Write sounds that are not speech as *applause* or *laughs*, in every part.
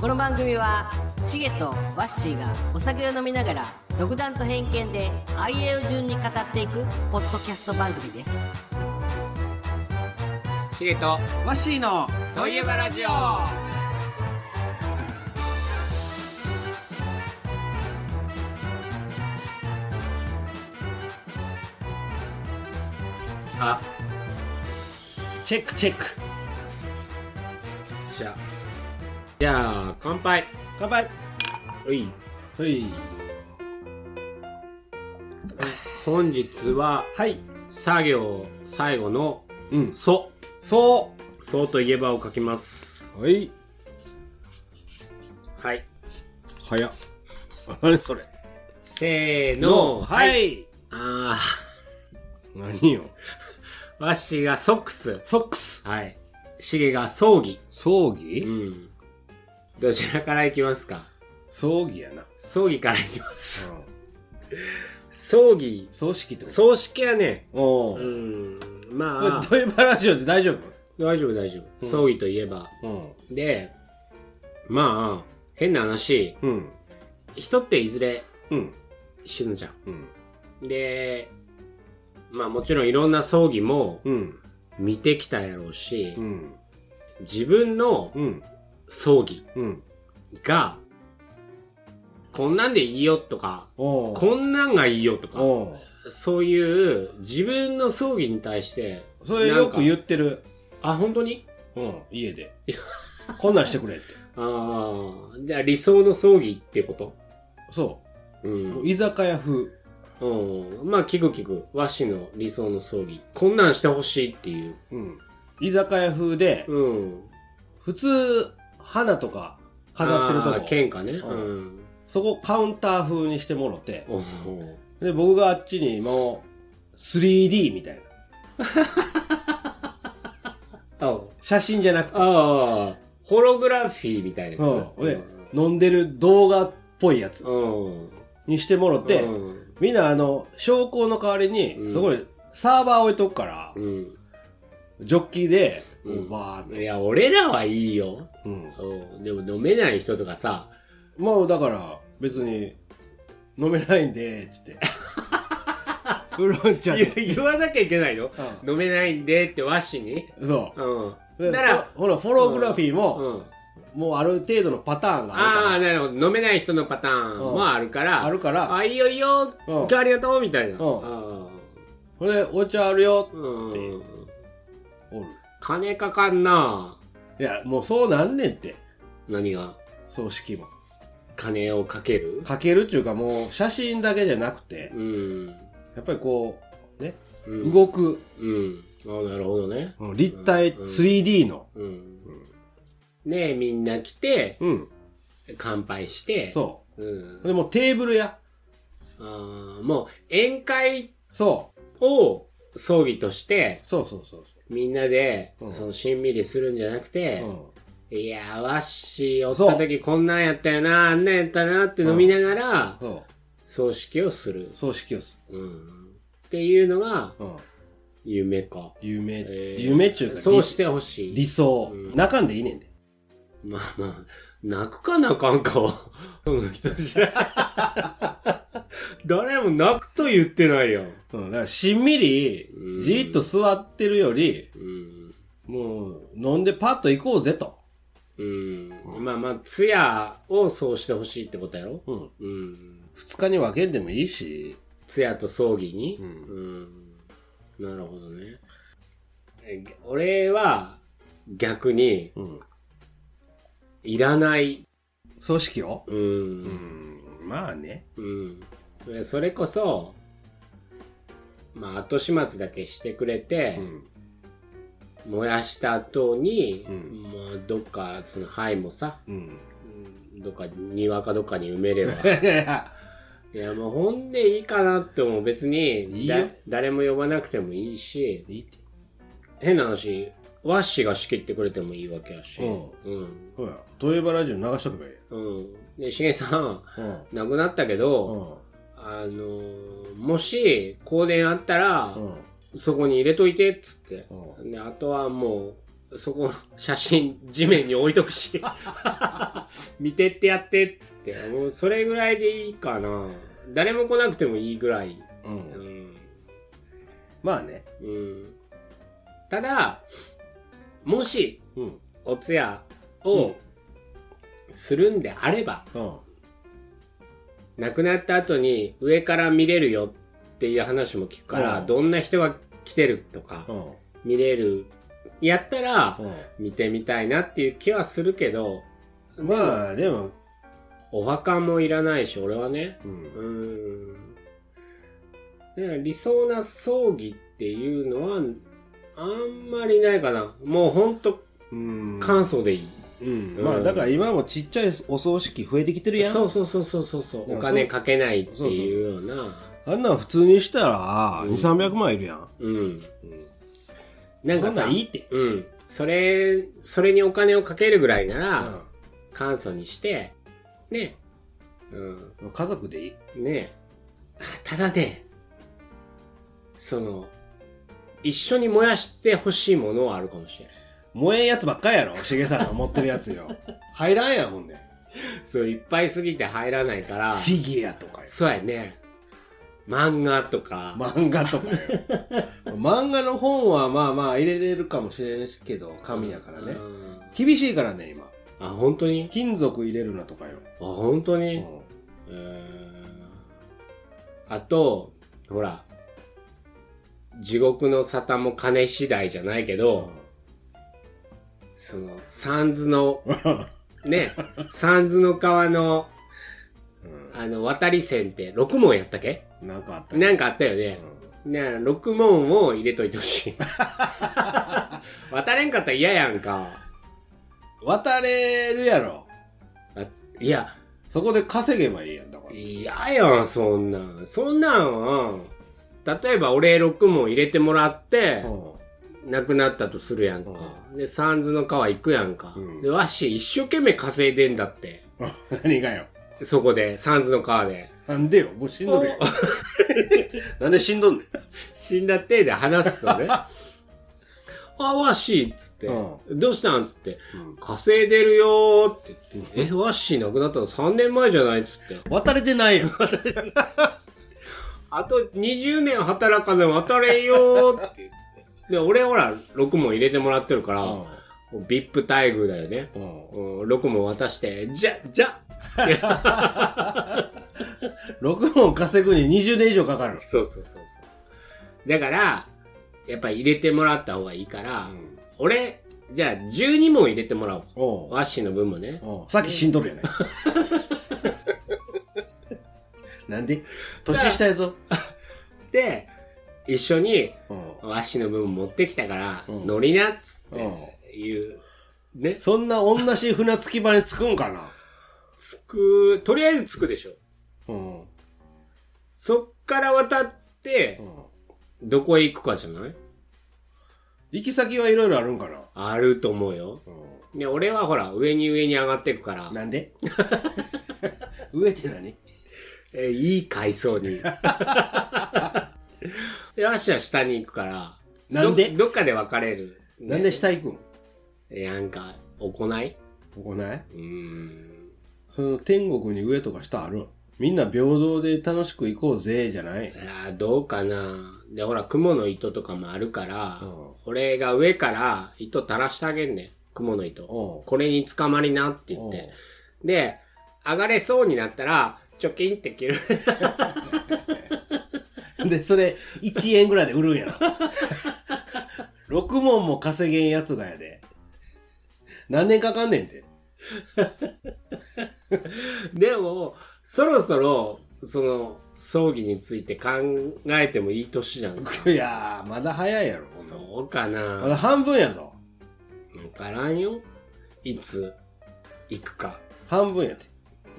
この番組はシゲとワッシーがお酒を飲みながら独断と偏見で IA を順に語っていくポッドキャスト番組ですシゲとワッシーのといえばラジオあチェックチェックじゃあじゃあ乾杯乾杯ういはい本日ははい作業最後のうんソそソといえばを書きますうはいはい早っあれそれせーのはいあ何よーわしがソックスソックスはいシゲが葬儀葬う儀んどちらからいきますか葬儀やな葬儀からいきます葬儀葬式ってこと葬式やねおおうんまあトイバラジオで大丈大丈夫大丈夫葬儀といえば夫でまあ変な話うんうん人っていずれうん死ぬじゃうんんでまあもちろんいろんな葬儀もうん見てきたやろうしうん自分のうん葬儀うんがこんなんでいいよとかおこんなんがいいよとかおそういう自分の葬儀に対してそれよく言うってるあ本当にうん家 *laughs* でこんなんしてくれってああじゃあ理想の葬儀ってことそううもんう、居酒屋風うん、まあ聞く聞く和紙の理想の葬儀こんなんしてほしいっていううん居酒屋風でうん普通花とか飾ってるとあこー喧嘩ねううんそこカウンター風にしてもろておーで僕があっちにもう 3D みたいなあ写真じゃなくて、あーホログラフィーみたいなやつうん、で飲んでる動画っぽいやつうんにしてもろて、うんみんなあの証拠の代わりに、うんそこでサーバー置いとくから、うんジョッキーで、うんこうバーって、いや俺らはいいようんうんでも飲めない人とかさまあだから別に飲めないんでつって *laughs* ウーロン茶言で、言わなきゃいけないの飲めないんでって和紙にうん、そううでんならほほらフォローグラフィーうも、んもうある程度のパターンがあああなるほど飲めない人のパターンもあるからあるからあいいよいいようん今日ありがとうみたいなうんあるからこれお茶あるよーうんでおる金かかんないやもうそうなんねんって何が葬式も金をかけるかけるっていうかもう写真だけじゃなくてうんやっぱりこうねうん動く、うんあなるほどねうん立体 3D のうんねえみんな来てうん、乾杯してそううんでもうテーブルやあーもう宴会そうを葬儀としてそうそうそうみんなで、うんそのしんみりするんじゃなくてそう、うんいやわっしーおっそうた時こんなんやったよなあんなんやったなって飲みながら、そ葬式をするう、葬式をすうん、っていうのがる、うん、夢か、夢、えー夢っちゅうかそうしてほしい理想、うん泣かんでいいねんでまあまあ泣くか泣かんかは *laughs* その人じゃ誰も泣くと言ってないよ、うん、だからしんみりうん、じーっと座ってるより、うんもう、飲んでパッと行こうぜと。うん、まあまあ通夜をそうしてほしいってことやろうん。うん二日に分けんでもいいし、通夜と葬儀に、うんうんなるほどねえ俺は逆にうん。いらない組織をう、うんん、まあね。うんでそれこそまあ後始末だけしてくれて、うん。燃やした後に、うんまあどっかその灰もさうん。うんどっか庭かどっかに埋めれ *laughs* ばいやいや、いやもうほんでいいかなって思う別にいいよだ誰も呼ばなくてもいいしいいって。変な話ワッシーが仕切ってくれてもいいわけやしうんほら、トイバラジオ流しとけばいい。うんでしげさんうん。亡くなったけど、うん。あのーもし香典あったら、うん。そこに入れといてっつってうであとはもうそこ、写真、地面に置いとくし。 *laughs* 見てってやって、っつって。もう、それぐらいでいいかな。誰も来なくてもいいぐらい。う。うんん。まあね。うん。ただ、もし、うん。お通夜を、するんであれば、うん。亡くなった後に上から見れるよっていう話も聞くから、うんどんな人が来てるとかう、ん。見れる、やったら、う見てみたいなっていう気はするけど、ん。まあ、でも、お墓もいらないし、俺はね。う。うんーん。だから理想な葬儀っていうのは、あんまりないかな。もうほんとうん。簡素でいい。うんうんまあだから今もちっちゃいお葬式増えてきてるやん。そうそうそうそうそうそう。お金かけないっていうような。あんなん普通にしたら、うん2、300万いるやん。うん。うん。なんかそんさ、なんいいって。うん。それ、それにお金をかけるぐらいなうらん、簡素にして、ね。うん。家族でいい。ねえ。あただね、その、一緒に燃やしてほしいものはあるかもしれない。燃えんやつばっかりやろ、しげさんが持ってるやつよ。 *laughs* 入らんやん、ほんで。そう、いっぱいすぎて入らないからフ、ィギュアとかよ。そうやね。漫画とか、漫画とかよ。 *laughs* 漫画の本はまあまあ入れれるかもしれんけど、紙やからねう。ん厳しいからね、今。あ、本当に金属入れるなとかよ。あ、本当うに、んうーんあと、ほら、地獄の沙汰も金次第じゃないけど、その、サンズの、ね、サンズの川の、あの、渡り線って6問やったっけうん。なんかあったねなんかあったよね。ね6問を入れといてほしい。渡れんかったら嫌やんか。渡れるやろ。あいや、そこで稼げばいいやん、だから。嫌やん、そんなん。そんなんは、例えば俺6問入れてもらって、亡くなったとするやんか。で、サンズの川行くやんか。うんで、わし一生懸命稼いでんだって。うん。 *laughs* 何がよ。そこで、サンズの川で。なんでよ、もう死んどるやん。 *laughs* なんで死んどんねん。死んだ手で話すと *laughs* ね。あ、わしっつって、うどうしたんっつって、うん稼いでるよーって言って、え、わし亡くなったの3年前じゃないっつって。渡れてない *laughs* よ。あと20年働かず渡れんよーって言って。で、俺ほら、6問入れてもらってるから、もう VIP 待遇だよね。うん、6問渡して、じゃ、じゃ6問稼ぐに20年以上かかる。そうそうそうそう。だから、やっぱ入れてもらった方がいいから、ん俺、じゃあ12問入れてもらおう。おうワッシーの分もね。おうさっき死んどるやない。 *laughs* なんで年下やぞ。で、一緒に、うんワッシーの分持ってきたから、うん乗りなっつっうて、いう、ね。そんな同じ船着き場に着くんかなつく、とりあえずつくでしょ。うん。うん。そっから渡って、どこへ行くかじゃない行き先はいろいろあるんかなあると思うよ。うね、俺はほら、上に上に上がってくから、なんで *laughs* 上って何えいい階層 *laughs* に。で、わしは下に行くから、なんでどどっかで別れる。ねなんで下行くんえなんか、行いここないうーん。その天国に上とか下あるんみんな平等で楽しく行こうぜ、じゃないあーどうかな。で、ほら、雲の糸とかもあるから、うん俺が上から糸垂らしてあげんねん。雲の糸。おうこれに捕まりなって言って。で、上がれそうになったら、チョキンって切る。うん *laughs* で、それ1円ぐらいで売るん *laughs* やろ。6問も稼げんやつがやで。何年かかんねんて。 *laughs* でも、そろそろ、その、葬儀について考えてもいい年じゃん *laughs* か。いやー、まだ早いやろ。こんなもんそうかまだな。半分やぞ。わからんよ。いつ、行くか。半分やて。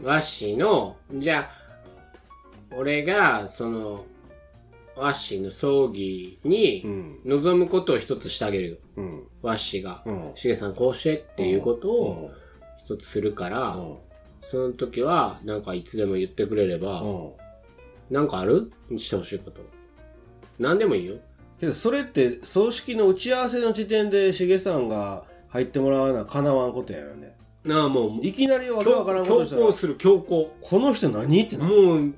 わっしーの、じゃあ、俺が、その、わっしーの葬儀うに、ん。望むことを一つしてあげるよ。うん。わっしーがう。ん。しげさんこうしてっていうことをう一つするから、ん。その時は、なんかいつでも言ってくれれば、うん。なんかあるしてほしいこと。なんでもいいよ。けどそれって葬式の打ち合わせの時点でしげさんが入ってもらわなかなわんことやよねなあもういきなりわけわ強からんこと強したら行する強行この人何ってなるもう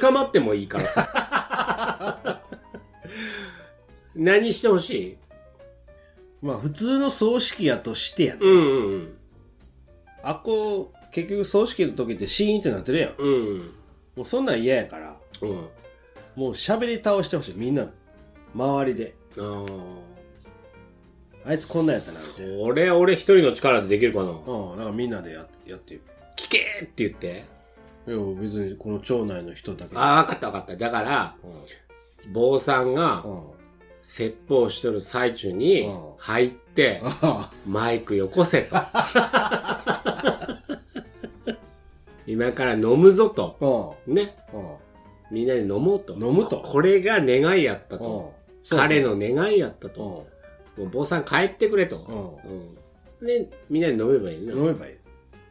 捕まってもいいからさ *laughs* 何してほしまあ普通の葬式やとしてやね、いうんうんあっこ結局葬式の時ってシーンってなってるやんうんうんもうそんなん嫌やからうんもう喋り倒してほしいみんな周りであーあいつこんなんやったなみたいなこれ俺一人の力でできるかなうんだからみんなでややってよ聞けって言っていや別にこの町内の人だけああ分かった分かっただからうん坊さんがうん説法しとる最中にうん入ってあマイクよこせと今から飲むぞとあうんねうんみんなで飲もうと飲むとこれが願いやったと、 *laughs* うん彼の願いやったうと、んもう坊さん帰ってくれと、ううんでみんなで飲めばいいな、ん飲めばいい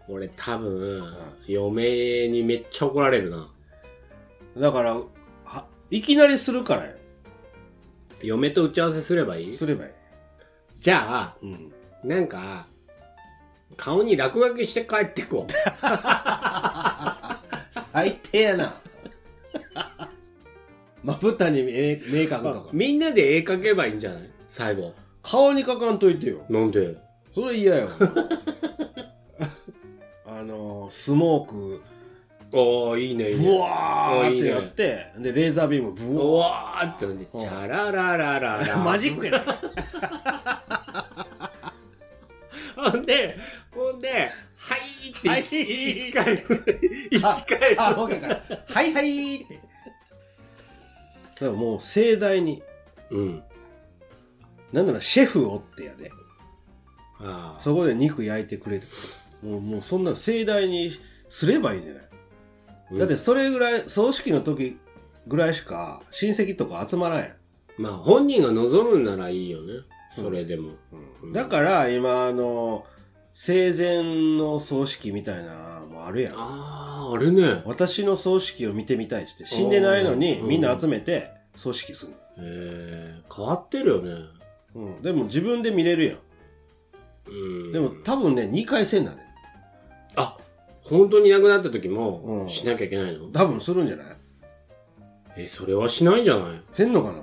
俺多分、ん嫁にめっちゃ怒られるなだからはいきなりするからよ嫁と打ち合わせすればいいすればいいじゃあうんなんか顔に落書きして帰ってこう相手やな *laughs* まぶたに絵絵描くとかみんなで絵描けばいいんじゃない最後顔に描かんといてよなんでそれ嫌よ *laughs* あのスモークああいいねいいねブワーっいいてねやってでレーザービームブうワわーってほんでチャラララララーマジックや *laughs* なほんで、ほんで、はいって、はい生き *laughs* 返る。生き返る。あ、ボケから。はいはいって。だからもう盛大に、うん。なんならシェフおってやで。ああ。そこで肉焼いてくれとか。もう、もうそんな盛大にすればいいんじゃなうい、んだってそれぐらい、葬式の時ぐらいしか親戚とか集まらんやん。まあ、本人が望むんならいいよね。それでも。うんだから今、あの、生前の葬式みたいなのもあるやん。ああ、あれね。私の葬式を見てみたいっつって、死んでないのにうんみんな集めて葬式するの。えー、変わってるよね。うん、でも自分で見れるやん。うん。でも、多分ね、2回せんだね。あ、本当に亡くなった時うも、んしなきゃいけないの、多分するんじゃないえ、それはしないんじゃないせんのかな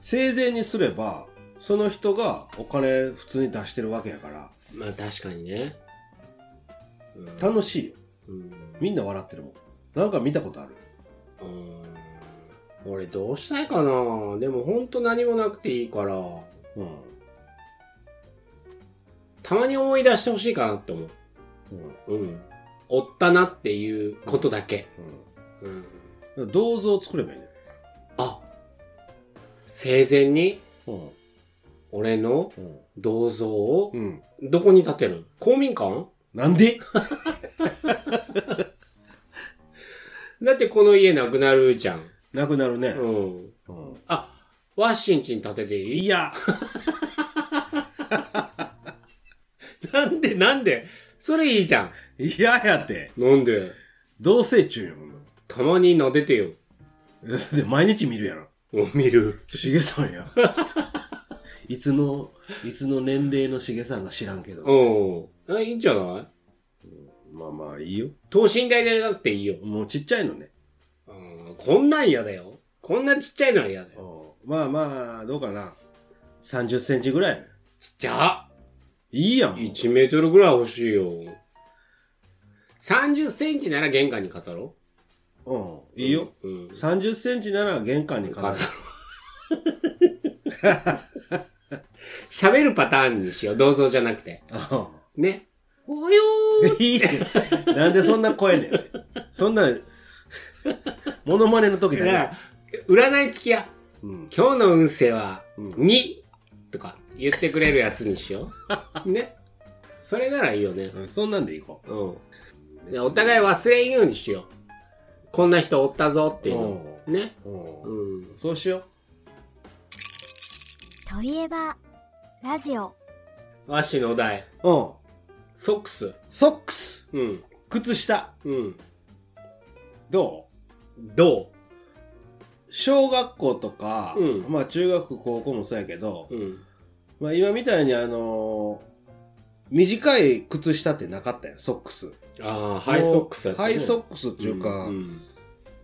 生前にすれば、その人がお金普通に出してるわけやから、まあ、確かにね。うん楽しいよ。うんみんな笑ってるもん。なんか見たことある。うん俺どうしたいかなでもほんと何もなくていいからうん。たまに思い出してほしいかなって思うん。うんううん追ったなっていうことだけ、うん、だから銅像作ればいいんだよ。あ生前にうん。俺のうん。銅像をうん。どこに建てる公民館なんでだってこの家なくなるじゃんなくなるね。うんうん。あワッシンチに建てていいいや、なんでなんでそれいいじゃいややって。んなんで同棲中よ、ほんなたまに撫でてよのだって毎日見るやろ。お見るしげさんや。 *laughs* いつの、いつの年齢のしげさんが知らんけど。うんあいいんじゃないまあまあいいよ。等身大でだっていいよ。もうちっちゃいのね。うん、こんなん嫌だよ。こんなちっちゃいのは嫌だよ。まあまあ、どうかな。30センチぐらいやね。ちっちゃいいやん。もう !1 メートルぐらい欲しいよ。30センチなら玄関に飾ろうん、う。いいよ。。うん。 30センチなら玄関に飾飾るろ。う。 *laughs* 喋るパターンにしよう。銅像じゃなくて。ね。およー *laughs* うんいいってなんでそんな声ねん。そん *laughs* な、モノマネの時だだかね。ら、占い付きや。うん。今日の運勢はうん2とか言ってくれるやつにしよう。ね。それならいいよね。そんなんでいこうん。でお互い忘れんようにしよう。こんな人おったぞっていうの。ね。う。う。うんん。そうしよといえばラジオ和紙のお題。う。うん。ソックス。ソックス、うん。靴下、うん。どど小学校とか、うんまあ中学高校もそうやけど、うん。まあ今みたいにあのー短い靴下ってなかったよソックスああ、ハイソックスだったハねイソックスっていうか、うん。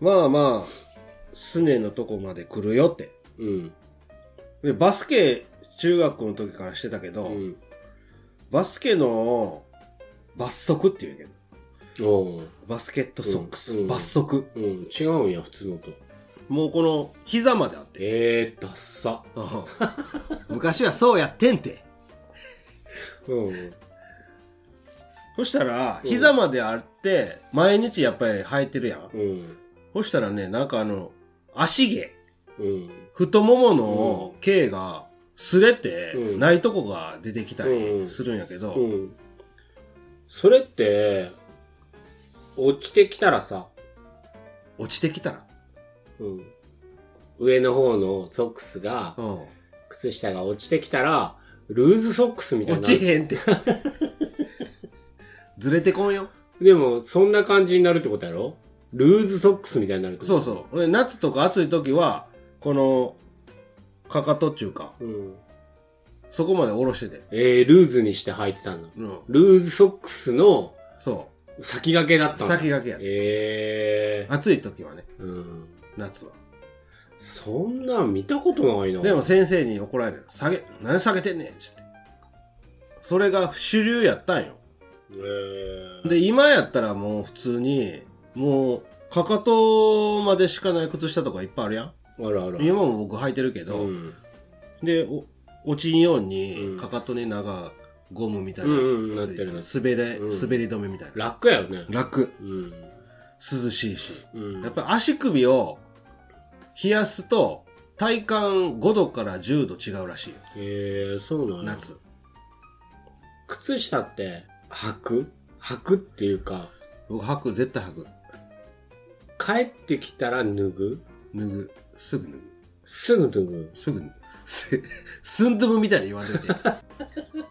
まあまあすねのとこまで来るよってうん。でバスケ中学校の時からしてたけうど、ん。バスケの罰則って言うけどうん、おうバスケットソックス、うんうん罰則うん。違うんや、普通のと。もうこの膝まであってえー、ダッサ。うん昔はそうやってんてうん。そしたらうん膝まであって毎日やっぱり履いてるやんうん。そしたらねなんかあの足毛うん。太ももの毛が擦れてうんないとこが出てきたうりんするんやけど、うん。それって、落ちてきたらさ、落ちてきたら、うん。上の方のソックスがう、ん、靴下が落ちてきたら、ルーズソックスみたい落になちる。へ *laughs* んってずれてこんよでも、そんな感じになるってことやろルーズソックスみたいになるってことそうそう俺夏とか暑い時はこのかかとっちゅうかう。うん。そこまで下ろしてて、えー、ルーズにして履いてたんだ。うん、ルーズソックスのそ先駆けだっうたんだ。先駆けやったえ暑い時はねー、うん。夏はそんなん見たことないな。でも、先生に怒られる下げ何下げてんねんっつってそれが主流やったんよえー、で今やったらもう普通にもうかかとまでしかない靴下とかいっぱいあるやんあるある。今も僕履いてるけど、うん。でお落ちんようにうんかかとに長ゴムみたいうんな、うん、なってるな。滑れうん滑り止めみたいな、楽やよね。楽うん。涼しいしうん。やっぱり足首を冷やすと体感5度から10度違うらしいよえー、そうなんや夏靴下って、履く履くっていうか、僕履く絶対履く帰ってきたら脱ぐ脱ぐすぐ脱ぐすぐ脱ぐ。すぐ脱ぐすスンドゥブみたいに言わんといて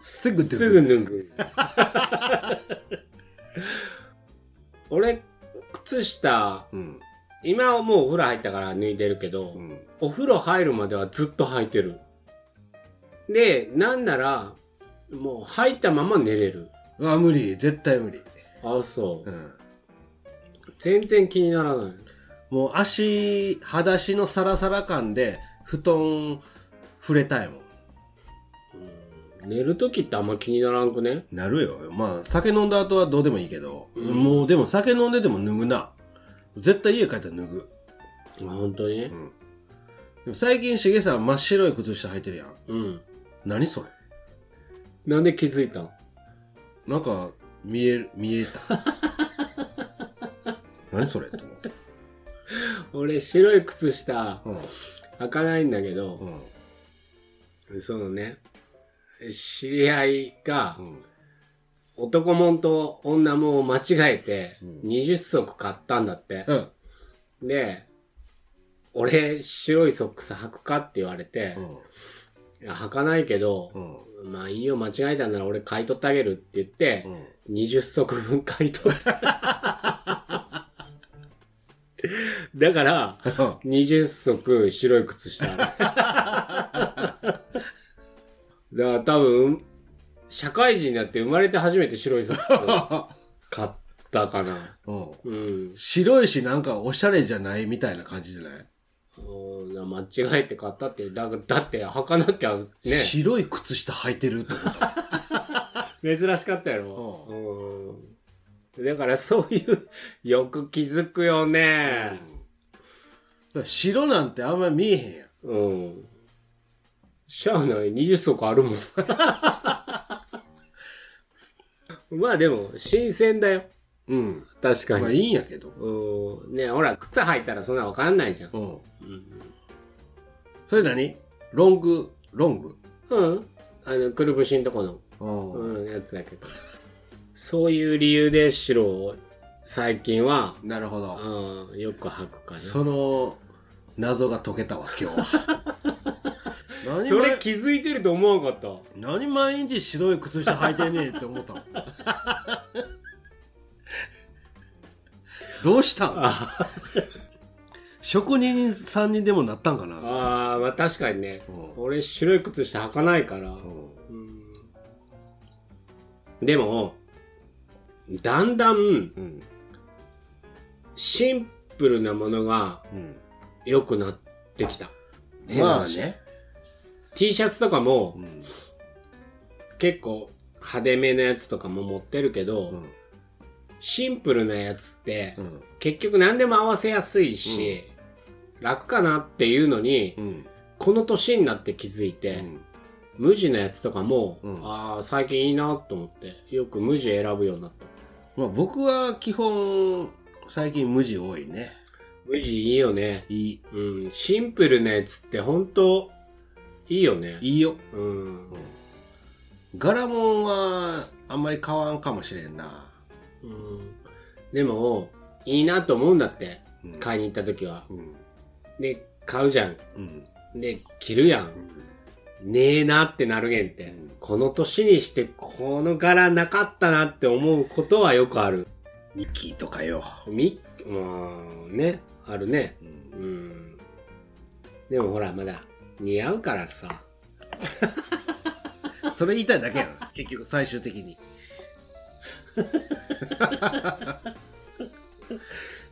すぐ脱ぐすぐ脱ぐ。 *laughs* 俺、靴下、うん今はもうお風呂入ったから脱いでるけど、うんお風呂入るまではずっと履いてる。で、なんなら、もう履いたまま寝れる。うわ無理絶対無理、あ、そうう。ん、全然気にならない。もう足裸足のサラサラ感で布団触れたいもん寝るときってあんま気にならんくねなるよまあ酒飲んだ後はどうでもいいけど、うんもうでも酒飲んでても脱ぐな絶対家帰ったら脱ぐ、あ本当にうん、でも最近しげさん真っ白い靴下履いてるやんうん。何それなんで気づいたんなんか見える見えた *laughs* 何それと思って俺、白い靴下、う履かないんだけど、んうんそのね、知り合いがう、ん男もんと女もんを間違えてうん、 20足買ったんだって。うんで、俺、白いソックス履くかって言われて、いや履かないけどう、んまあいいよ、間違えたんなら俺買い取ってあげるって言ってう、ん20足分買い取った。 *laughs* だから、20足白い靴下。だから多分、社会人になって生まれて初めて白いソックスを買ったかな。うんうんうん。白いしなんかおしゃれじゃないみたいな感じじゃない、うん間違えて買ったって、だだって履かなきゃね。白い靴下履いてるってこ珍としかったやろ。うん。だからそういう、よく気づくよね。だから白なんてあんまり見えへんやんうん。しゃあない、20足あるもん。 *laughs* まあでも、新鮮だよ。うん確かまあいに。いんやけどうん。ねほら、靴履いたらそんなわかんないじゃん。うんうん。それ何ロングロングうん。あの、くるぶしんとこの、うん、うん、やつだけど。そういう理由で白を、最近は、なるほど、うん、よく履くかな。その謎が解けたわ今日は *laughs* 何それ毎気づいてると思わなかった。何毎日白い靴下履いてねえって思っ *laughs* たのどうしたん職人さんにでもなったんかなああまあ確かにねうん俺白い靴下履かないからううんでもだんだんんシンプルなものがうん良くなってきたまあね T シャツとかもうん結構派手めのやつとかも持ってるけど、うんシンプルなやつって、うん結局何でも合わせやすいし、楽かなっていうのに、うんこの年になって気づいうて、ん無地のやつとかも、うんああ、最近いいなと思って、よく無地選ぶようになった。まあ僕は基本最近無地多いね無地いいよね。いいうん、シンプルなやつって本当いいよね。いいようん。柄もんはあんまり買わんかもしれんなうん、でも、いいなと思うんだって、うん買いに行った時は。うんで、買うじゃん。うんで、着るやん。ねえなってなるげんって、うんこの年にしてこの柄なかったなって思うことはよくあるミッキーとかよみまあねあるねうんうんでもほらまだ似合うからさそれ言いたいだけやろ *laughs* 結局最終的に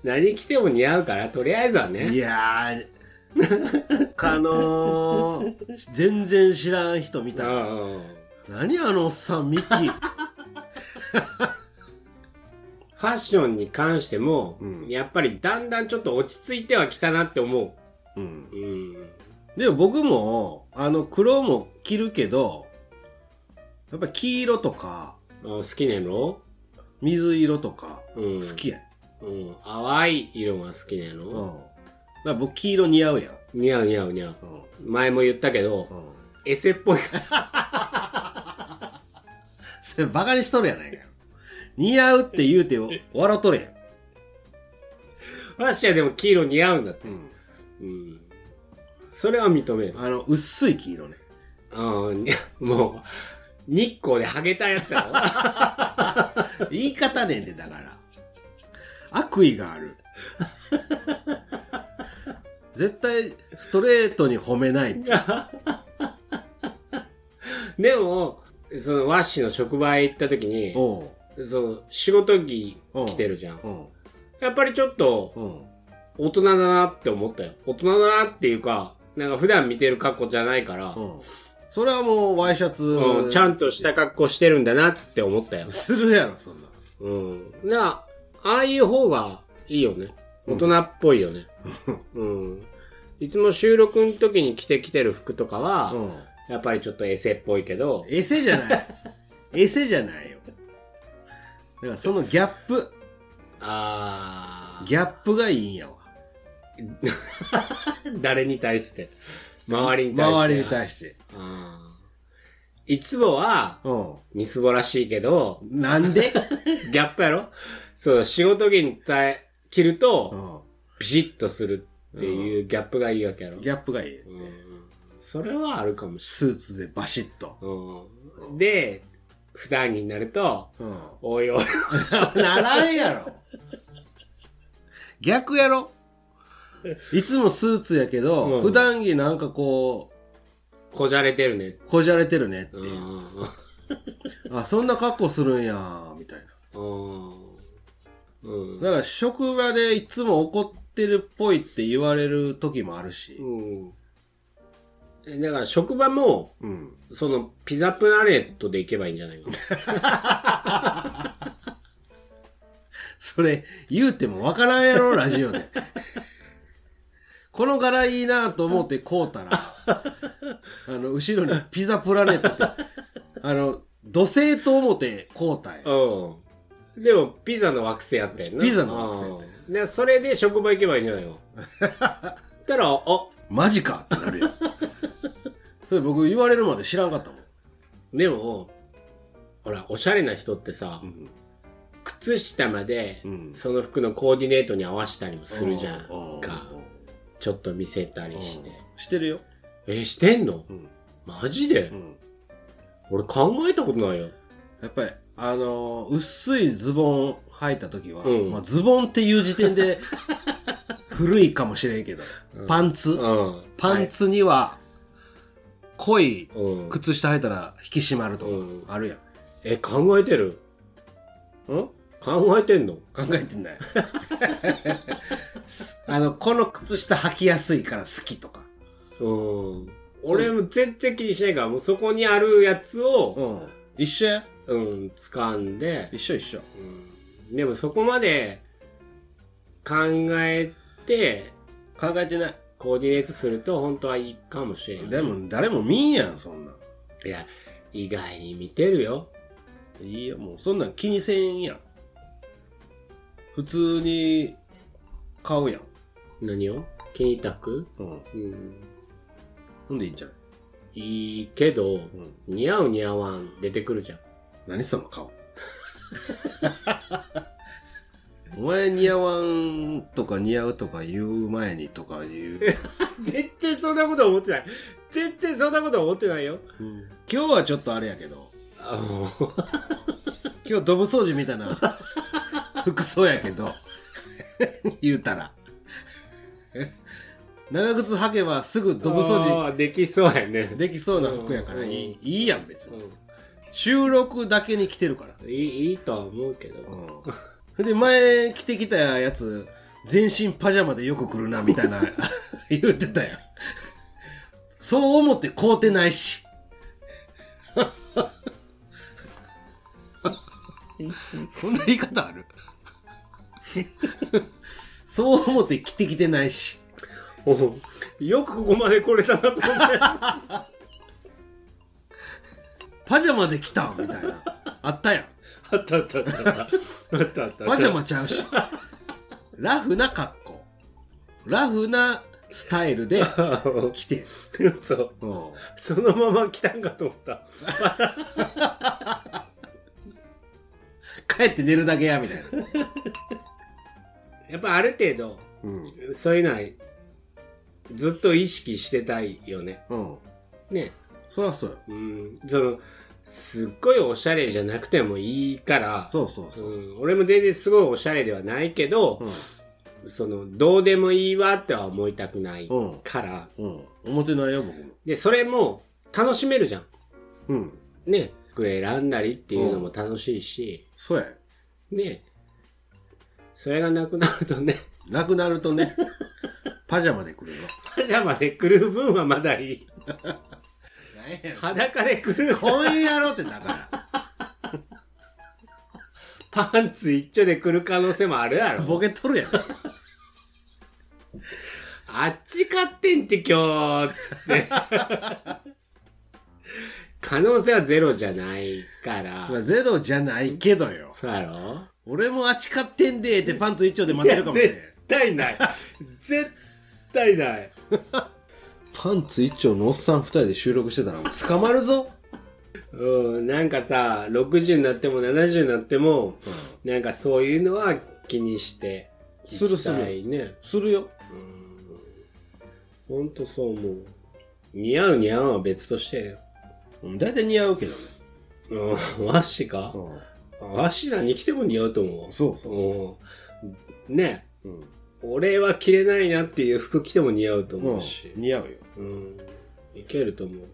何着ても似合うからとりあえずはいねやーかのー全然知らん人見うたらんうん何あのおっさんミッキーファッションに関しても、うんやっぱりだんだんちょっと落ち着いてはきたなって思うんううんでも僕もあの黒も着るけどやっぱ黄色とかあ好きねんろ、水色とかうん、好、きや、うん、淡い色が好きねんうろ、んだから僕黄色似合うやん、似合う似合う似合ううん前も言ったけど、うん、エセっぽい *laughs* それ *laughs* バカにしとるやないか似合うって言うて笑っとるやん、ファッションでも黄色似合うんだって。うん、うん。それは認める。あの薄い黄色ねうん。もう、日光でハゲたやつやろ *laughs* 言い方ねんでだから悪意がある *laughs* 絶対ストレートに褒めないってでも、そのワッシーの職場へ行った時に、おうその仕事着着てるじゃん。うんやっぱりちょっとうん大人だなって思ったよ。大人だなっていうか、なんか普段見てる格好じゃないから、うんそれはもうワイシャツ、うん、ちゃんとした格好してるんだなって思ったよ。するやろそんなうん。だからああいう方がいいよね。大人っぽいよね。うん。いつも収録の時に着てきてる服とかは、うんやっぱりちょっとエセっぽいけど、エセじゃないエセじゃないよだからそのギャップあギャップがいいんやわー、誰に対して周りに対して。周りに対してあーいつもは、うんみすぼらしいけど、なんで、ギャップやろそう、仕事着に対着るうと、ん、ビシッとするっていうギャップがいいわけやろ。ギャップがいいうんそれはあるかもしれない。スーツでバシッと、うんで、普段着になると、うん、おいおい、 *laughs* ならんやろ逆やろいつもスーツやけど、うん普段着なんかここじゃれてるね。うこじゃれてるねってう。いうんあそんな格好するんやみたいなうん。だから職場でいつも怒ってるっぽいって言われる時もあるし、うん。だから職場も、うん、その、ピザプラネットで行けばいいんじゃないかな。それ言うてもわからんやろラジ *laughs* オでこの柄いいなと思ってこうたら *laughs* あの後ろにピザプラネットってあの土星と思ってこうたんやうん。でも、ピザの惑星やったよな。ピザの惑星やったようんで、それで職場行けばいいんじゃ *laughs* ないのたら、あ、マジかってなるよそれ僕言われるまで知らんかったもん、でも、ほら、おしゃれな人ってさ、靴下まで、うんその服のコーディネートに合わせたりもするじゃうんか。ちょっと見せたりして。してるよ、え、してんのうんマジで、うん俺考えたことないよ。やっぱり、あのー薄いズボン履いた時は、うん *laughs* まあ、ズボンっていう時点で古いかもしれんけど、パンツ、うん。パンツには濃いうん靴下履いたら引き締まるとうんかあるやんえ、考えてるん考えてんの考えてないす *laughs* あのこの靴下履きやすいから好きとかうん。俺も全然気にしないから、もうそこにあるやつを、ん一緒やうん、掴んで、一緒一緒うんでもそこまで考えて考えてないコーディネートすると本当はいいかもしれない。でも誰も見んやんそんなんいや、意外に見てるよ。いいよもうそんなん気にせんやん普通に買うやん何を気に入った服うんうん。ほんでいいんじゃないいいけど、ん似合う似合わん出てくるじゃん。何その顔お前似合わんとか似合うとか言う前にとか言う、 *laughs* 全然そんなこと思ってない。全然そんなこと思ってないよ。今日はちょっとあれやけどあもう今日ドブ掃除みたいな服装やけど言うたら長靴履けばすぐドブ掃除あーできそうやね。できそうな服やからいい,、いいやん別にう収録だけに着てるからん、いい、いいとは思うけど。うん、で前着てきたやつ全身パジャマでよく来るなみたいな *laughs* 言ってたやんそう思って買うてないしこんな言い方あるそう思って着てきてないしよくここまで来れたなと思って。パジャマで来たんみたいなあったやんあったあったあったあった。あったあった。パジャマちゃうし。ラフな格好。ラフなスタイルで来て。 *laughs* そう。うんそのまま来たんかと思った。帰って寝るだけや、みたいな。やっぱある程度、うん。そういうのは、ずっと意識してたいよね。うん。ね。そらそうよ。うん。その、すっごいおしゃれじゃなくてもいいから、そうそうそう。うん、俺も全然すごいおしゃれではないけど、その、どうでもいいわっては思いたくないうんから、うん。うん。思ってないよ、僕も。で、それも楽しめるじゃん。うん。ね、服選んだりっていうのも楽しいし、そうや。ね、それがなくなるとね、 *laughs* なくなるとね、 *laughs* パジャマで来るよ。パジャマで来る分はまだいい。裸で来る、こういうやろってだかパンツ一丁で来る可能性もあるやら。ボろ。ケとるやん。あっち買ってんって今日、つって。 *laughs* 可能性はゼロじゃないからま。あゼロじゃないけどよ。そうやろ俺もあちかってんでーってパンツ一丁で待ってるかもしれん。対ない。絶対ない。パンツ一丁のおっさん二人で収録してたらもう捕まるぞ。うん、なんかさ、60になっても70になっても、なんかそういうのは気にしていするきするたいね。するよ。ほんとそう思う。似合う似合わんは別として。うん大体似合うけどね。うん、和紙か、和紙何着ても似合うと思う。そうそう。うん。ねうん。俺は着れないなっていう服着ても似合うと思うし。似合うよ。うん。いけると思う。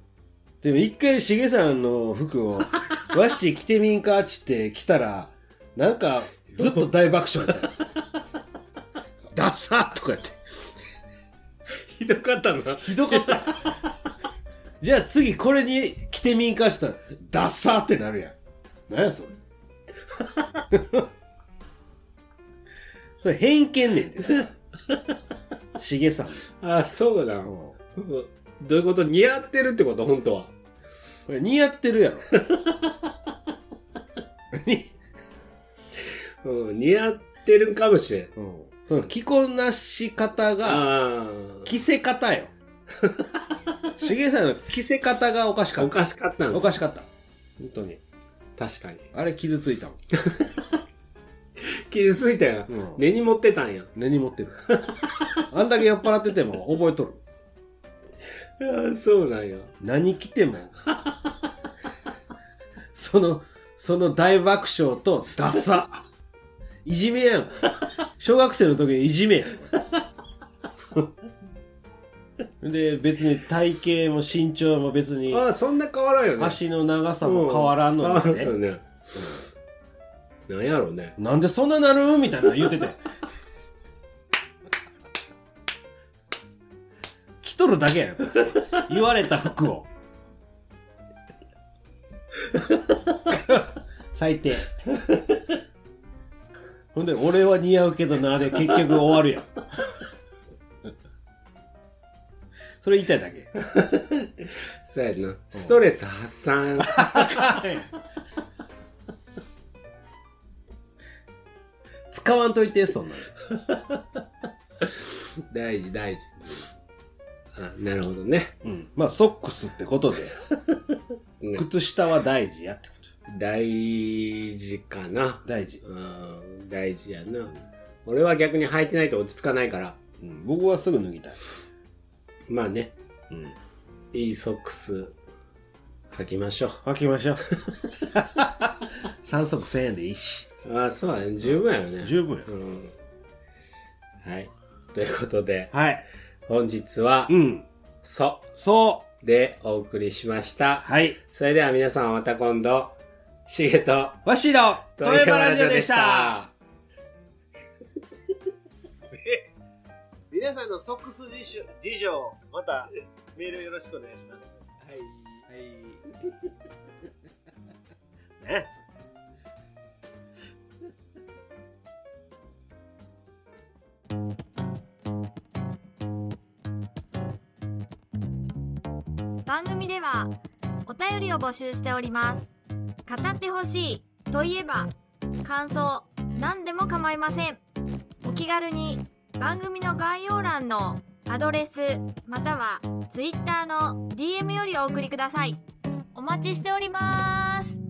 でも一回しげさんの服を、 *laughs* わっしー着てみんかっちって着たら、なんかずっと大爆笑だったよ。 *laughs* ダサーとか言って。ひどかったな。ひどかった。 *laughs* じゃあ次これに着てみんかしたら、ダサーってなるやん。なんやそれ。 *laughs* それ偏見ねんてな。しげさんの。あ、そうだ。うんどういうこと似合ってるってこと本当は。これ似合ってるや *laughs* ろ。うん、似合ってるかもしれん。その着こなし方があ着せ方 *laughs* よしげさんの着せ方がおかしあ。かおったかしかったおのかしかった本当に確かに。あれ傷ついたもん傷ついたやんうん。根に持ってたんや。根に持ってるあんだけ酔っ払ってても覚えとるああそうなんや。何着 *laughs* てもそのその大爆笑とダサいじめやん小学生の時にいじめやん *laughs* で別に体型も身長も別にああそんな変わらんよね足の長さも変わらんのうんに変わらんねよねうんなんやろうねなんでそんななるみたいなの言うてて着とるだけやんこっち言われた服を最低ほんで俺は似合うけどなで結局終わるやんそれ言いたいだけそうやなストレス発散 *laughs* 使わんといてそんなの大事大事あなるほどねうんまあソックスってことでね靴下は大事やってこ大事かなと大事、うん大事やな俺は逆に履いてないと落ち着かないからうん、僕はすぐ脱ぎたい、まあねうん、いいソックス履きましょう履きま *laughs* しょう3足1000円でいいしああそうだね十分やよね十分やうんはいということではい本日はうん「そそう」でお送りしましたはいそれでは皆さんまた今度しげとわしのトトレレババララジジオオででししたた皆さんのソックス事情事情またメールよろしくお願いしますね番組ではお便りを募集しております語ってほしいといえば感想何でも構いませんお気軽に番組の概要欄のアドレスまたは Twitter の DM よりお送りくださいお待ちしております